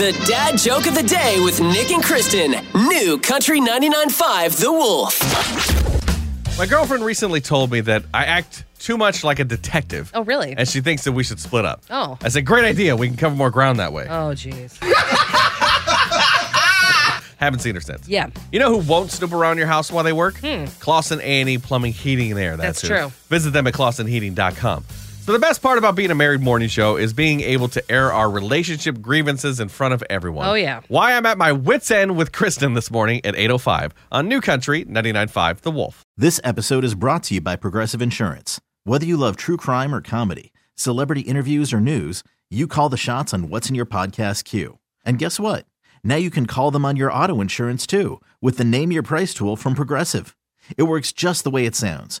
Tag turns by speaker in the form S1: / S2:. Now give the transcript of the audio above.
S1: The dad joke of the day with Nick and Kristen. New Country 99.5 The Wolf.
S2: My girlfriend recently told me that I act too much like a detective.
S3: Oh, really?
S2: And she thinks that we should split up.
S3: Oh.
S2: I said, great idea. We can cover more ground that way.
S3: Oh, jeez.
S2: Haven't seen her since.
S3: Yeah. Hmm.
S2: You know who won't snoop around your house while they work? Clausen A&E Plumbing, Heating, and Air. That's,
S3: That's
S2: who.
S3: true.
S2: Visit them at clausenheating.com. So the best part about being a married morning show is being able to air our relationship grievances in front of everyone.
S3: Oh, yeah.
S2: Why I'm at my wits end with Kristen this morning at 8.05 on New Country 99.5 The Wolf.
S4: This episode is brought to you by Progressive Insurance. Whether you love true crime or comedy, celebrity interviews or news, you call the shots on what's in your podcast queue. And guess what? Now you can call them on your auto insurance too with the Name Your Price tool from Progressive. It works just the way it sounds.